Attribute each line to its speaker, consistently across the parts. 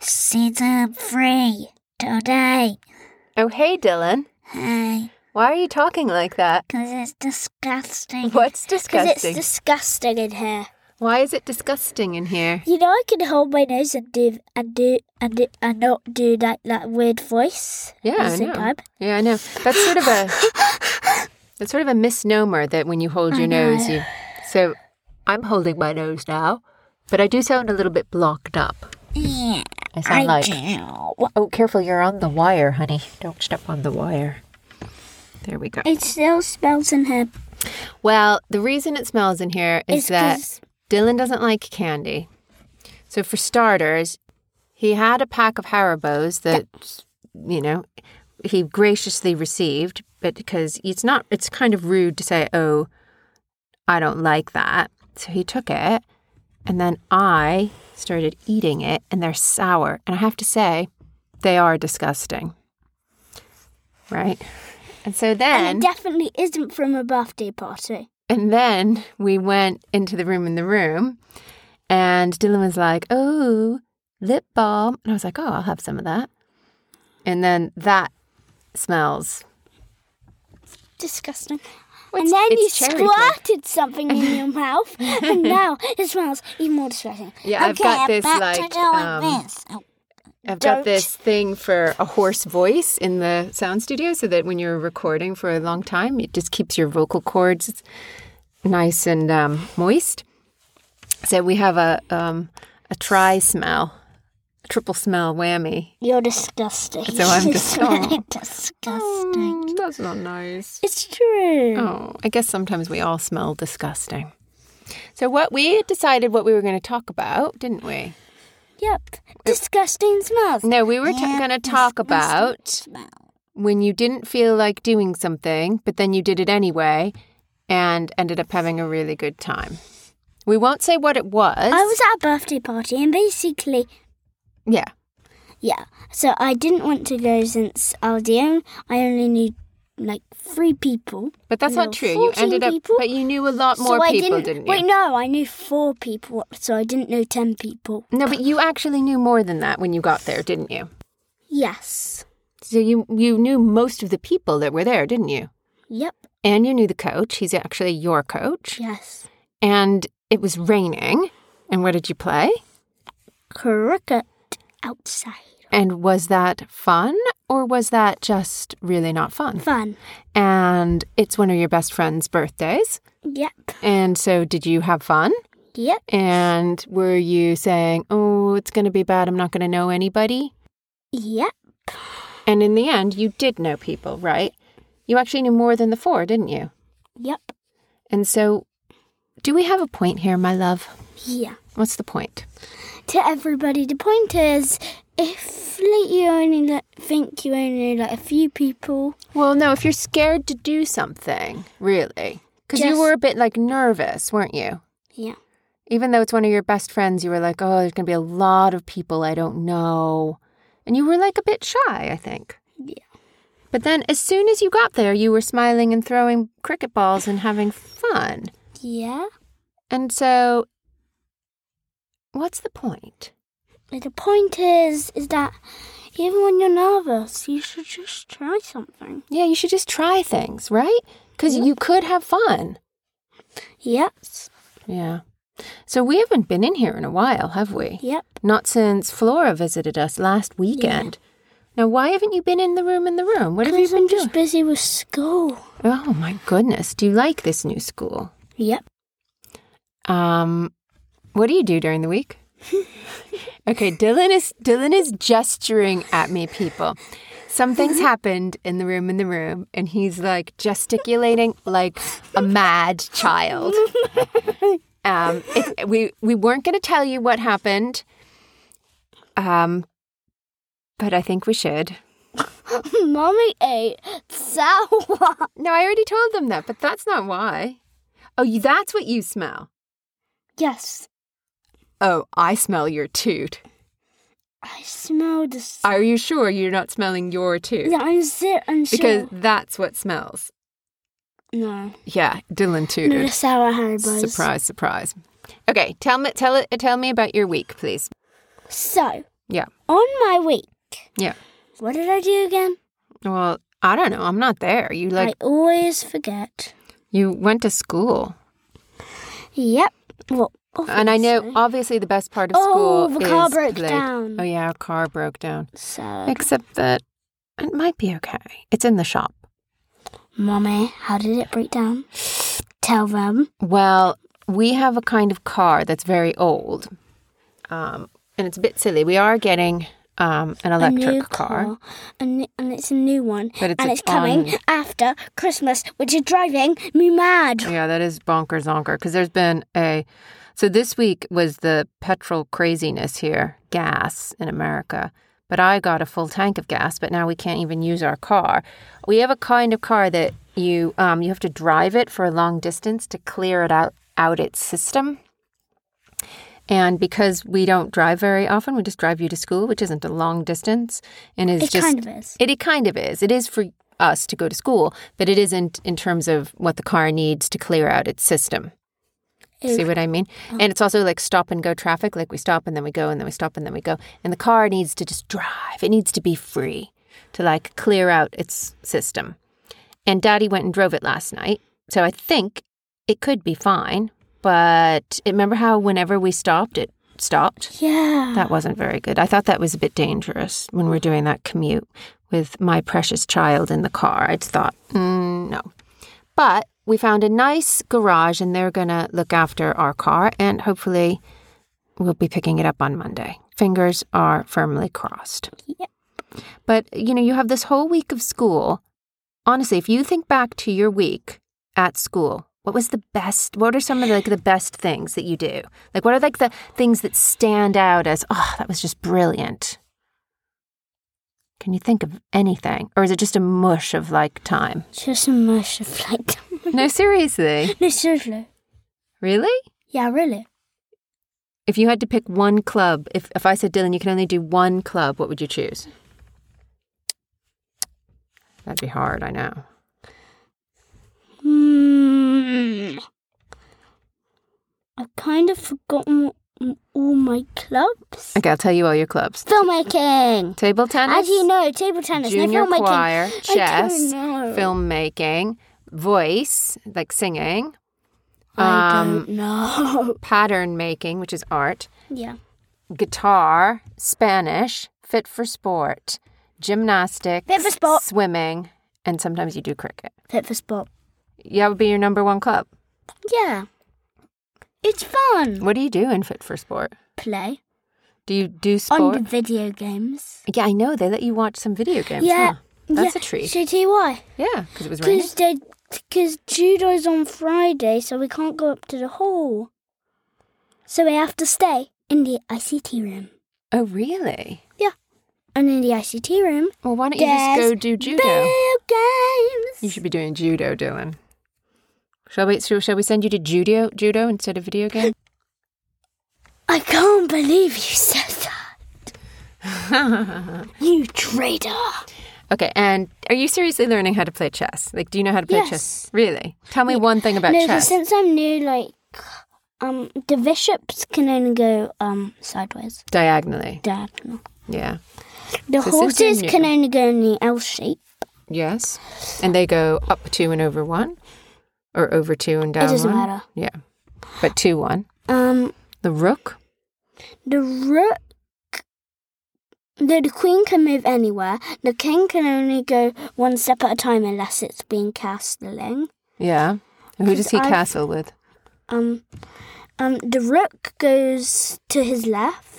Speaker 1: Season 3 today.
Speaker 2: Oh, hey, Dylan.
Speaker 1: Hey,
Speaker 2: Why are you talking like that?
Speaker 1: because it's disgusting.
Speaker 2: What's
Speaker 1: Because it's
Speaker 2: disgusting?
Speaker 1: disgusting in here.
Speaker 2: Why is it disgusting in here?
Speaker 1: You know, I can hold my nose and do and do and do, and not do that that weird voice.
Speaker 2: Yeah,
Speaker 1: at
Speaker 2: I
Speaker 1: the same
Speaker 2: know.
Speaker 1: time.
Speaker 2: Yeah, I know. That's sort of a that's sort of a misnomer that when you hold
Speaker 1: I
Speaker 2: your
Speaker 1: know.
Speaker 2: nose, you. So, I'm holding my nose now, but I do sound a little bit blocked up.
Speaker 1: Yeah,
Speaker 2: I sound
Speaker 1: I
Speaker 2: like.
Speaker 1: do.
Speaker 2: Oh, careful! You're on the wire, honey. Don't step on the wire. There we go.
Speaker 1: It still smells in here.
Speaker 2: Well, the reason it smells in here is
Speaker 1: It's
Speaker 2: that
Speaker 1: 'cause-
Speaker 2: Dylan doesn't like candy. So for starters, he had a pack of Haribos that you know he graciously received, but because it's not, it's kind of rude to say, "Oh, I don't like that." So he took it, and then I started eating it, and they're sour, and I have to say, they are disgusting. Right, and so then
Speaker 1: And it definitely isn't from a birthday party.
Speaker 2: and then we went into the room in the room, and Dylan was like, Oh, lip balm. And I was like, Oh, I'll have some of that. And then that smells.
Speaker 1: Disgusting.
Speaker 2: Well,
Speaker 1: and
Speaker 2: it's-
Speaker 1: then you
Speaker 2: it's cherry flavour.
Speaker 1: squirted something in your mouth, and now it smells even more disgusting.
Speaker 2: Yeah, I've
Speaker 1: okay,
Speaker 2: got this,
Speaker 1: back
Speaker 2: like,
Speaker 1: to doing
Speaker 2: um,
Speaker 1: this. Oh,
Speaker 2: I've
Speaker 1: Don't.
Speaker 2: got this thing for a hoarse voice in the sound studio so that when you're recording for a long time, it just keeps your vocal cords nice and um, moist. So we have a, um, a tri smell, a triple smell whammy.
Speaker 1: You're disgusting.
Speaker 2: So I'm
Speaker 1: It's
Speaker 2: dis-
Speaker 1: really
Speaker 2: Oh.
Speaker 1: disgusting.
Speaker 2: Mm, that's not nice.
Speaker 1: It's true.
Speaker 2: Oh, I guess sometimes we all smell disgusting. So what we decided what we were going to talk about, didn't we?
Speaker 1: Yep. Disgusting smells.
Speaker 2: No, we were ta-
Speaker 1: Yeah,
Speaker 2: going to talk
Speaker 1: disgusting
Speaker 2: about
Speaker 1: smell.
Speaker 2: when you didn't feel like doing something, but then you did it anyway and ended up having a really good time. We won't say what it was.
Speaker 1: I was at a birthday party and basically,
Speaker 2: yeah.
Speaker 1: yeah. So I didn't want to go since I was the only, I only knew like three people.
Speaker 2: But that's
Speaker 1: No,
Speaker 2: not true. You
Speaker 1: 14
Speaker 2: ended up
Speaker 1: people?
Speaker 2: but you knew a lot more
Speaker 1: so I
Speaker 2: people,
Speaker 1: didn't,
Speaker 2: didn't, you?
Speaker 1: Wait, no, I knew four people, so I didn't know ten people.
Speaker 2: no, but you actually knew more than that when you got there, didn't you?
Speaker 1: Yes.
Speaker 2: So you you knew most of the people that were there, didn't you?
Speaker 1: Yep.
Speaker 2: and you knew the coach. He's actually your coach.
Speaker 1: Yes.
Speaker 2: And it was raining. And what did you play?
Speaker 1: Cricket outside.
Speaker 2: And was that fun or was that just really not fun?
Speaker 1: Fun.
Speaker 2: And it's one of your best friend's birthdays.
Speaker 1: Yep.
Speaker 2: And so did you have fun?
Speaker 1: Yep.
Speaker 2: And were you saying, oh, it's going to be bad. I'm not going to know anybody?
Speaker 1: Yep.
Speaker 2: And in the end, you did know people, right? You actually knew more than the four, didn't you?
Speaker 1: Yep.
Speaker 2: And so, do we have a point here, my love?
Speaker 1: Yeah.
Speaker 2: What's the point?
Speaker 1: to everybody. The point is, if like, you only like, think you only know, like a few people,
Speaker 2: Well, no, if you're scared to do something, really. Because you
Speaker 1: Just-
Speaker 2: were a bit like nervous, weren't you?
Speaker 1: yeah,
Speaker 2: Even though it's one of your best friends, you were like, oh, there's going to be a lot of people I don't know. And you were like a bit shy, I think.
Speaker 1: Yeah.
Speaker 2: But then as soon as you got there, you were smiling and throwing cricket balls and having fun.
Speaker 1: yeah.
Speaker 2: And so, what's the point?
Speaker 1: But the point is, is that even when you're nervous, you should just try something.
Speaker 2: Yeah, you should just try things, right? Because you could have fun.
Speaker 1: Yep,
Speaker 2: Yeah. So, we haven't been in here in a while, have we?
Speaker 1: yep.
Speaker 2: Not since Flora visited us last weekend. Now, why haven't you been in the room in the room? What have you
Speaker 1: Because
Speaker 2: been
Speaker 1: I'm just
Speaker 2: doing?
Speaker 1: busy with school.
Speaker 2: Oh my goodness! Do you like this new school?
Speaker 1: Yep.
Speaker 2: Um, what do you do during the week? okay, Dylan is Dylan is gesturing at me, people. Something's happened in the room in the room, and he's like gesticulating like a mad child. Um, it, we we weren't going to tell you what happened, um, but I think we should.
Speaker 1: Mommy ate sour.
Speaker 2: No, I already told them that, but that's not why. Oh, you, that's what you smell.
Speaker 1: Yes,
Speaker 2: Oh, I smell your toot.
Speaker 1: I smell the. s-
Speaker 2: Are you sure you're not smelling your toot?
Speaker 1: Yeah, I'm si- I'm
Speaker 2: Because
Speaker 1: sure.
Speaker 2: that's what smells.
Speaker 1: No,
Speaker 2: Yeah, Dylan
Speaker 1: no, the
Speaker 2: tooted.
Speaker 1: sour Haribos.
Speaker 2: Surprise, surprise. Okay, tell me, tell it, tell me about your week, please.
Speaker 1: So,
Speaker 2: Yeah.
Speaker 1: on my week.
Speaker 2: Yeah.
Speaker 1: What did I do again?
Speaker 2: Well, I don't know. I'm not there. You like
Speaker 1: I always forget.
Speaker 2: you went to school.
Speaker 1: Yep. Well,
Speaker 2: And I know
Speaker 1: obviously.
Speaker 2: obviously the best part of
Speaker 1: Oh,
Speaker 2: school
Speaker 1: the car
Speaker 2: is
Speaker 1: broke
Speaker 2: play.
Speaker 1: down.
Speaker 2: Oh yeah, our car broke down.
Speaker 1: So,
Speaker 2: Except that it might be okay. It's in the shop.
Speaker 1: Mommy, how did it break down? Tell them.
Speaker 2: Well, we have a kind of car that's very old, um, and it's a bit silly. We are getting um, an
Speaker 1: A
Speaker 2: electric
Speaker 1: new
Speaker 2: car.
Speaker 1: And, and it's a new one.
Speaker 2: But it's
Speaker 1: and
Speaker 2: a-
Speaker 1: it's coming
Speaker 2: on-
Speaker 1: after Christmas, which is driving me mad.
Speaker 2: Yeah, that is bonkers, zonker. Because there's been a. So this week was the petrol craziness here, gas in America. But I got a full tank of gas, but now we can't even use our car. We have a kind of car that you um, you have to drive it for a long distance to clear it out out its system. And because we don't drive very often, we just drive you to school, which isn't a long distance, and is
Speaker 1: It
Speaker 2: just
Speaker 1: kind of is.
Speaker 2: it, it kind of is. It is for us to go to school, but it isn't in terms of what the car needs to clear out its system. See what I mean? And it's also like stop and go traffic. Like we stop and then we go and then we stop and then we go. And the car needs to just drive. It needs to be free to like clear out its system. And daddy went and drove it last night. So I think it could be fine. But remember how whenever we stopped, it stopped?
Speaker 1: Yeah.
Speaker 2: That wasn't very good. I thought that was a bit dangerous when we're doing that commute with my precious child in the car. I just thought, mm, no. But we found a nice garage and they're going to look after our car and hopefully we'll be picking it up on Monday. Fingers are firmly crossed.
Speaker 1: Yep.
Speaker 2: But, you know, you have this whole week of school. Honestly, if you think back to your week at school, what was the best? What are some of the, like the best things that you do? Like, what are like the things that stand out as, oh, that was just brilliant? Can you think of anything, or is it just a mush of like time?
Speaker 1: Just a mush of like.
Speaker 2: no, seriously,
Speaker 1: no, seriously.
Speaker 2: really?
Speaker 1: Yeah, really.
Speaker 2: If you had to pick one club, if if I said Dylan, you can only do one club, what would you choose? That'd be hard. I know.
Speaker 1: Hmm. I've kind of forgotten what- all my clubs.
Speaker 2: Okay, I'll tell you all your clubs.
Speaker 1: Filmmaking.
Speaker 2: Table tennis.
Speaker 1: How do you know? Table tennis.
Speaker 2: junior
Speaker 1: no filmmaking.
Speaker 2: choir,
Speaker 1: I
Speaker 2: chess,
Speaker 1: don't know.
Speaker 2: filmmaking, voice, like singing,
Speaker 1: I
Speaker 2: um,
Speaker 1: don't know.
Speaker 2: pattern making, which is art,
Speaker 1: yeah.
Speaker 2: guitar, Spanish, fit for sport, gymnastics,
Speaker 1: Fit for sport.
Speaker 2: swimming, and sometimes you do cricket.
Speaker 1: Fit for sport.
Speaker 2: That would be your number one club.
Speaker 1: Yeah. It's fun.
Speaker 2: What do you do in fit for sport?
Speaker 1: Play
Speaker 2: Do you do
Speaker 1: on
Speaker 2: sport?
Speaker 1: the video games.
Speaker 2: yeah, I know. They let you watch some video games.
Speaker 1: Yeah.
Speaker 2: huh? That's
Speaker 1: yeah.
Speaker 2: a treat.
Speaker 1: Should I tell you why?
Speaker 2: Yeah, because it was raining.
Speaker 1: Because they, because judo's on Friday, so we can't go up to the hall. So we have to stay in the ICT room.
Speaker 2: Oh, really?
Speaker 1: And in the ICT room,
Speaker 2: Well, why don't you just
Speaker 1: There's
Speaker 2: go do judo?
Speaker 1: video games.
Speaker 2: You should be doing judo, Dylan. Shall we? Shall shall we send you to judo, judo instead of video game?
Speaker 1: I can't believe you said that. you traitor.
Speaker 2: Okay. And are you seriously learning how to play chess? Like, do you know how to play chess? Really? Tell me one thing about
Speaker 1: no, but
Speaker 2: chess.
Speaker 1: since I'm new, like, um, the bishops can only go um sideways,
Speaker 2: Diagonally.
Speaker 1: diagonal.
Speaker 2: Yeah.
Speaker 1: The
Speaker 2: So since you're
Speaker 1: horses can
Speaker 2: new-
Speaker 1: only go in the L shape.
Speaker 2: Yes. And they go up two and over one, or over two and down.
Speaker 1: doesn't
Speaker 2: one.
Speaker 1: matter.
Speaker 2: Yeah. But two one.
Speaker 1: Um,
Speaker 2: The rook.
Speaker 1: the rook. The, the queen can move anywhere. The king can only go one step at a time unless it's being castling.
Speaker 2: Yeah. Who does he
Speaker 1: I've-
Speaker 2: castle with?
Speaker 1: Um, um, the rook goes to his left.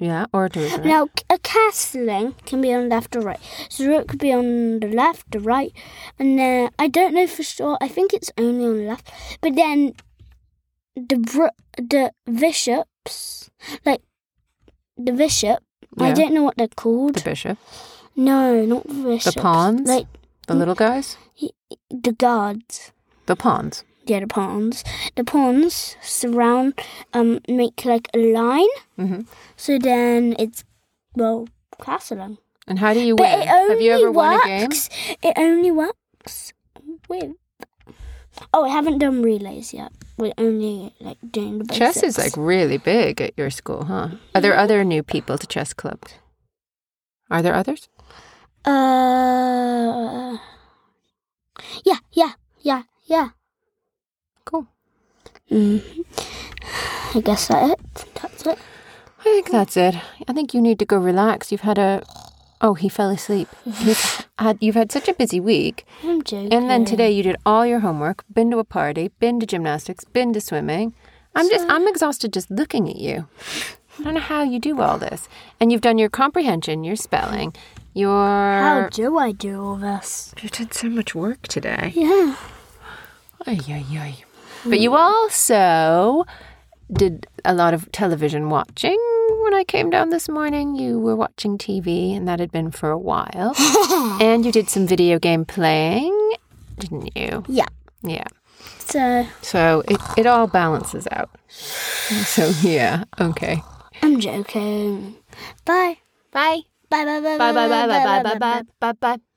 Speaker 2: Yeah, or to his right.
Speaker 1: Now, c- a castling can be on left or right. So the rook could be on the left, the right, and then I don't know for sure. I think it's only on the left. But then the bro- the bishops, like the bishop, I
Speaker 2: Yeah.
Speaker 1: don't know what they're called.
Speaker 2: The bishop.
Speaker 1: no, not the bishop.
Speaker 2: pawns?
Speaker 1: like
Speaker 2: The little guys.
Speaker 1: the guards.
Speaker 2: The pawns.
Speaker 1: Yeah, the pawns. The pawns surround, um, make like a line.
Speaker 2: hmm
Speaker 1: So then it's well, castling.
Speaker 2: And how do you
Speaker 1: But
Speaker 2: win?
Speaker 1: it only
Speaker 2: Have you ever
Speaker 1: works.
Speaker 2: won a game?
Speaker 1: It only works with Oh, I haven't done relays yet. We're only like doing the basics.
Speaker 2: Chess is like really big at your school, huh? Are there other new people to chess clubs? Are there others?
Speaker 1: uh, yeah, yeah, yeah, yeah.
Speaker 2: Cool.
Speaker 1: hmm I guess that it. That's it.
Speaker 2: I think that's it. I think you need to go relax. You've had a oh, he fell asleep. You've had you've had such a busy week,
Speaker 1: I'm joking.
Speaker 2: and then today you did all your homework. Been to a party. Been to gymnastics. Been to swimming. I'm just I'm exhausted just looking at you. I don't know how you do all this, and you've done your comprehension, your spelling, your
Speaker 1: How do I do all this?
Speaker 2: you did so much work today.
Speaker 1: Yeah.
Speaker 2: Ay, ay, ay. But you also did a lot of television watching. When I came down this morning, you were watching TV, and that had been for a while. and you did some video game playing, didn't you?
Speaker 1: Yeah.
Speaker 2: Yeah.
Speaker 1: So
Speaker 2: So it, it all balances out. So, yeah. Okay.
Speaker 1: I'm joking. Bye.
Speaker 2: Bye.
Speaker 1: Bye bye bye
Speaker 2: Bye, bye, bye, bye, bye, bye, bye, bye, bye, bye.